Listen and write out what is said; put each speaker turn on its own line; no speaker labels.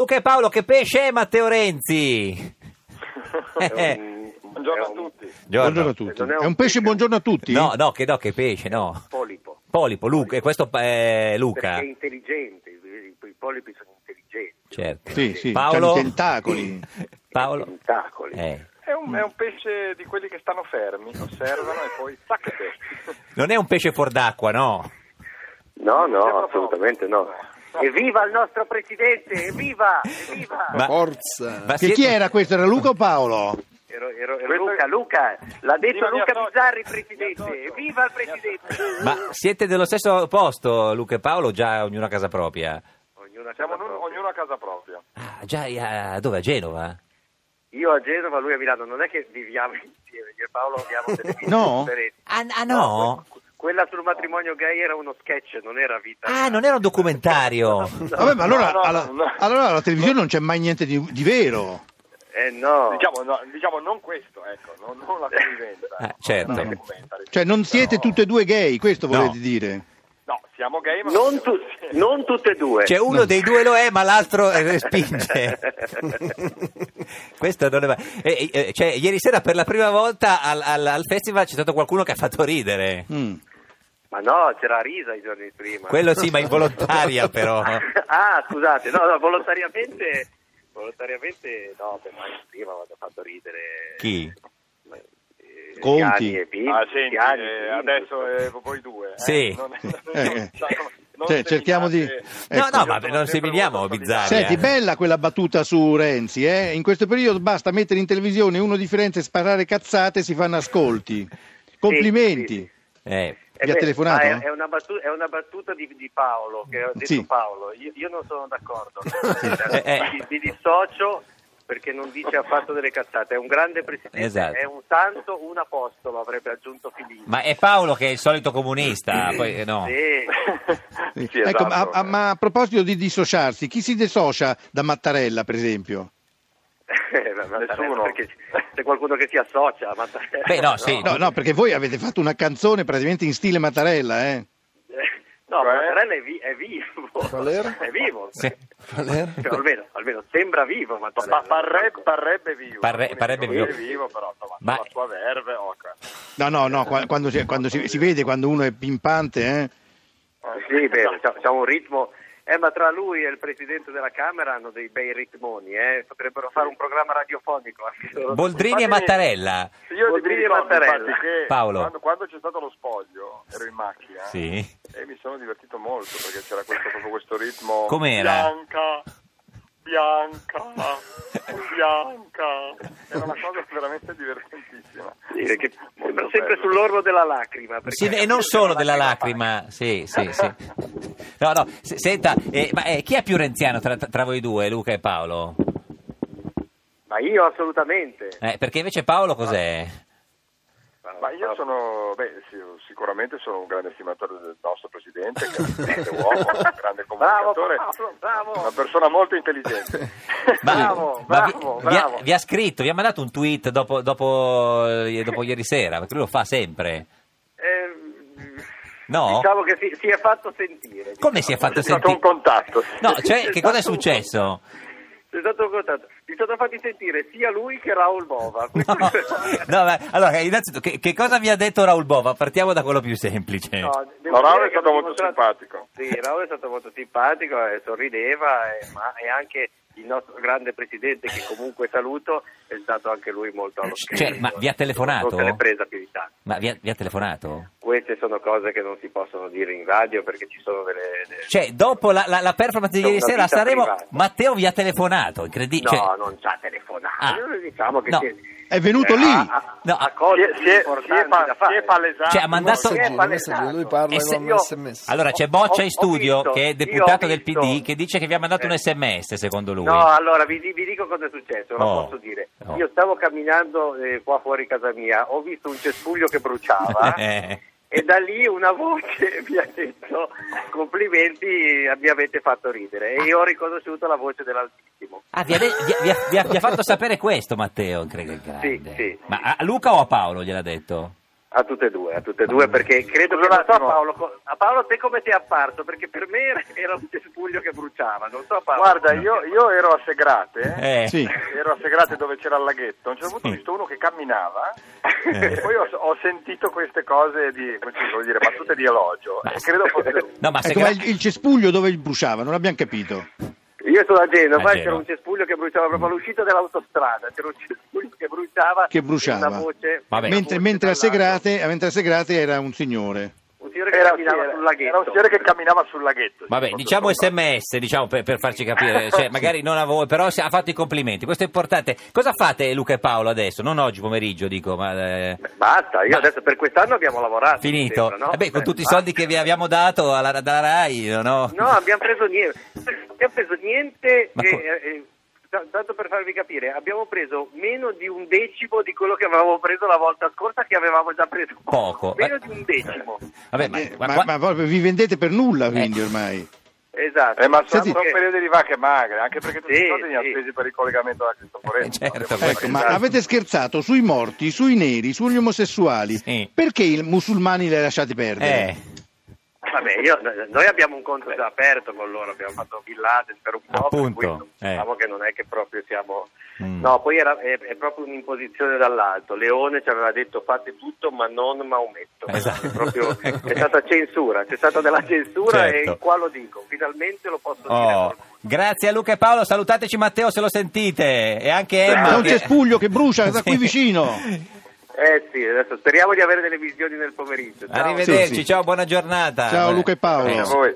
Luca e Paolo, che pesce è Matteo Renzi?
Eh,
È un-
Buongiorno
è
a
un
tutti.
Buongiorno.
Buongiorno a tutti.
Non
È un pesce buongiorno a tutti?
No, no, che, no, che pesce, no.
Polipo.
Polipo, Luca, e questo eh, Luca.
Perché è intelligente, i i polipi sono intelligenti.
Certo.
Sì, sì,
Paolo?
c'hanno i tentacoli.
Paolo?
Tentacoli.
Eh.
È un, è un pesce di quelli che stanno fermi, osservano e poi tac pesce.
Non è un pesce fuor d'acqua, no?
No, no,
Sembra
assolutamente no.
proprio.
Evviva il nostro presidente, evviva,
Ah,
evviva.
Ma-
Forza!
Ma
Che
siete-
chi era questo? Era Luca o Paolo?
Ero, ero- ero
Questo-
Luca, Luca, l'ha detto
Viva, mi
Luca
associo.
Bizzarri,
Mi
presidente,
associo.
evviva il presidente.
Ma siete dello stesso posto, Luca e Paolo, o già ognuno a casa propria?
Ognuno a
Siamo
casa
nu-
propria.
ognuno a casa propria.
Ah, già, eh, dove? A Genova?
Io a Genova, lui a Milano, non è che viviamo insieme, io e Paolo abbiamo delle vite
No?
differenti.
Ah, ah, no?
que- Quella sul matrimonio gay era uno sketch, non era vita.
Ah, non era un documentario.
Vabbè, ma allora,
No, no,
alla,
no.
allora alla televisione non c'è mai niente di, di vero.
Eh no.
Diciamo, no, diciamo non questo, ecco, non, non la convivenza. ecco,
Ah, certo.
Non la convivenza,
Cioè, non siete
no.
tutte e due gay, questo
No.
volete dire?
No, siamo gay, ma
Non,
siamo-
tu- non tutte e due.
Cioè, uno
Eh, No.
dei due lo è, ma l'altro eh, respinge. Questo non è mai- eh, eh, cioè, ieri sera per la prima volta al, al- al festival c'è stato qualcuno che ha fatto ridere.
Mm.
Ma no, c'era risa i giorni prima.
Quello sì, ma involontaria però.
ah, scusate, no, no, volontariamente, volontariamente no, per mai prima mi hanno fatto ridere.
Chi?
eh,
Conti.
Piani e Pinto,
Ah, senti,
Piani,
eh,
Pinto.
adesso eh, voi due. eh,
Sì.
non-
Eh, eh.
non eh,
Cioè, cerchiamo di-
seminate-
No,
no, ma
Io sono
non
sempre
seminiamo,
molto
Bizzarri. eh.
solidale.
Ecco. Senti, bella quella battuta su Renzi, eh? In questo periodo basta mettere in televisione uno di Firenze, sparare cazzate e si fanno ascolti. Complimenti.
Sì,
Eh,
Eh
Vi ha
beh,
telefonato?
ma È, è una battuta, è una battuta di, di Paolo, che ha detto
Sì.
Paolo. Io, io non sono d'accordo.
Eh, eh.
Mi, mi dissocio perché non dice affatto delle cazzate. È un grande presidente,
Esatto.
è un santo, un apostolo, avrebbe aggiunto Filippo.
ma è Paolo che è il solito comunista, poi eh, no.
Sì.
Sì.
Sì, esatto.
Ecco, ma, a, ma a proposito di dissociarsi, chi si dissocia da Mattarella, per esempio?
Eh, ma Mattarella,
Nessuno.
Perché c'è qualcuno che si associa a Mattarella.
Beh, no, sì.
No, no, perché voi avete fatto una canzone praticamente in stile Mattarella, eh?
Eh, No,
Cioè?
Mattarella è, vi- è vivo.
Qual era?
È vivo.
Sì.
Qual era?
Cioè, almeno, almeno sembra vivo Mattarella.
Pa- parrebbe, parrebbe vivo.
Parre-
Quindi,
parrebbe
lui è
vivo. Ah,
però insomma,
Ma-
la sua verve, oh, ok.
No, no, no, qua- quando, si, quando si- si vede quando uno è pimpante, eh?
Ah,
Sì, beh, Cioè, c'ha- c'ha un ritmo. Eh, ma tra lui e il presidente della Camera hanno dei bei ritmoni, eh. potrebbero fare un programma radiofonico.
Boldrini e
Fatemi-
Mattarella.
Io
Vuol
mi
dire
ricordo
Mattarella.
infatti che
Paolo.
Quando, quando c'è stato lo spoglio ero in macchina
Sì.
e mi sono divertito molto perché c'era questo, proprio questo ritmo
Com'era?
bianca, bianca, bianca. Era una cosa veramente divertentissima.
Sì, che sembra
Molto
sempre
bello.
sull'orlo della lacrima. perché-
Sì, e non solo della lacrima, sì, sì, sì. No, no, se- senta, eh, ma eh, chi è più renziano tra, tra voi due, Luca e Paolo?
Ma io assolutamente.
Eh, perché invece Paolo cos'è?
Ma io sono, beh, sì, sicuramente sono un grande stimatore del nostro presidente, che è un grande uomo, un grande
Bravo,
comunicatore,
bravo, bravo.
una persona molto intelligente.
Bravo,
ma vi-
bravo,
vi,
bravo.
Ha, vi ha scritto, vi ha mandato un tweet dopo, dopo, eh, dopo ieri sera, perché lui lo fa sempre.
Eh,
No?
Diciamo che si, si è fatto sentire. diciamo.
Come si è fatto
C'è stato un
sentire?
contatto.
No, cioè,
C'è
che cosa è
stato un-
successo?
C'è stato un contatto. Si sono fatti sentire sia lui che Raul Bova.
No, no, ma- allora, innanzitutto, che, che cosa vi ha detto Raul Bova? Partiamo da quello più semplice.
No, devo
No, Raul
dire
è
che
stato
hanno
molto simpatico.
Sì, Raul è stato molto simpatico, eh, sorrideva, eh, ma e anche il nostro grande presidente, che comunque saluto, è stato anche lui molto allo
Cioè,
scherzo.
ma vi ha telefonato?
Non se l'è presa più di tanto.
Ma vi ha, vi ha telefonato?
Queste sono cose che non si possono dire in radio perché ci sono delle... delle-
Cioè, dopo la, la- la performance di
Sono
ieri
una
sera a
vita
Sanremo,
privata.
Matteo vi ha telefonato, incredibile.
No,
cioè-
non ci ha telefonato.
Ah.
Diciamo che
No.
si-
È venuto
eh,
lì.
ah,
A, a,
No,
a
Si
cose
è, si è- si è
importanti
pa-
da
si
fare.
è palesato.
Cioè, ha mandato-
Un messaggino, un messaggino, lui parla
Eh, se-
con
io-
sms.
Allora c'è Boccia in studio
ho visto,
che è
io
deputato
ho
del
visto. Eh.
PD che dice che vi ha mandato un sms secondo lui.
No, allora vi, di- vi dico cosa è successo, lo
Oh,
posso dire.
no.
Io stavo camminando eh, qua fuori casa mia, ho visto un cespuglio che bruciava
Eh.
e da lì una voce mi ha detto complimenti, eh, mi avete fatto ridere e io ho riconosciuto la voce dell'Altissimo.
Ah, vi ha, de- vi ha- vi ha- vi ha- vi ha fatto sapere questo Matteo, credo il grande.
Sì, sì.
Ma a a Luca o a Paolo gliel'ha detto?
A tutte e due, a tutte e due, perché credo che non so a Paolo, co- a Paolo te come ti è apparso, perché per me era- era un cespuglio che bruciava, non so Paolo.
Guarda, io, io ero a Segrate,
Eh.
Sì.
ero a Segrate dove c'era il laghetto, a un certo punto ho
Sì.
visto uno che camminava
Eh.
e poi ho, ho sentito queste cose di, come si vuol dire, battute di elogio e credo fosse lui.
No, ma se
Ecco, ma il, il cespuglio dove bruciava, non abbiamo capito.
Io sono a
A
Genova, e
Genova.
c'era un cespuglio che bruciava proprio all'uscita dell'autostrada, c'era un cespuglio che bruciava,
Che bruciava.
e una voce,
Vabbè.
una
Mentre,
voce
mentre a
dall'alto.
Segrate, mentre a Segrate era un signore.
Un signore che
Era, sì,
camminava
era-
sul laghetto.
era un signore che camminava sul laghetto. sì,
Vabbè,
proprio
diciamo
sopra.
sms, diciamo, per, per farci capire, cioè, magari non a voi, però se- ha fatto i complimenti, questo è importante. Cosa fate Luca e Paolo adesso? Non oggi pomeriggio, dico, ma... eh,
Beh, Basta, io adesso per quest'anno abbiamo lavorato.
Finito.
mi sembra, no?
Vabbè, con
Eh,
tutti i
basta.
soldi che vi abbiamo dato alla, dalla RAI, no?
No, abbiamo preso niente. Abbiamo preso niente.
Ma
eh,
co-
eh, t- tanto per farvi capire, abbiamo preso meno di un decimo di quello che avevamo preso la volta scorsa, che avevamo già preso
Poco. Eh.
Meno
Ma-
di un decimo.
Vabbè, ma,
Eh,
ma-
Ma,
qua-
ma proprio vi vendete per nulla quindi
Eh.
ormai.
Esatto.
Eh, ma sono
Senti-
sono periodi di vacche magre, anche perché tutti
Sì,
i soldi li ha
sì.
spesi per il collegamento alla Cristoforetti.
Eh, certo.
Abbiamo
Ecco, ma
fatto-
avete scherzato sui morti, sui neri, sugli omosessuali.
Sì.
Perché i musulmani li hai lasciati perdere?
eh,
Vabbè, io- eh, noi abbiamo un conto già aperto con loro, abbiamo fatto Bin Laden per un po',
Appunto,
per cui
eh.
diciamo che non è che proprio siamo...
Mm.
No, poi era, è, è proprio un'imposizione dall'alto. Leone ci aveva detto fate tutto ma non Maometto.
Esatto.
È, proprio- è stata censura, c'è stata della censura
Certo.
e qua lo dico, finalmente lo posso dire. a
oh,
qualcuno.
grazie a Luca e Paolo, salutateci Matteo se lo sentite e anche
Ciao.
Emma.
C'è un
che-
cespuglio che brucia da qui
Eh. Sì.
vicino.
Eh sì, adesso speriamo di avere delle visioni nel pomeriggio. Ciao.
Arrivederci,
Sì, sì.
ciao, buona giornata.
Ciao Luca e Paolo.
Grazie a voi.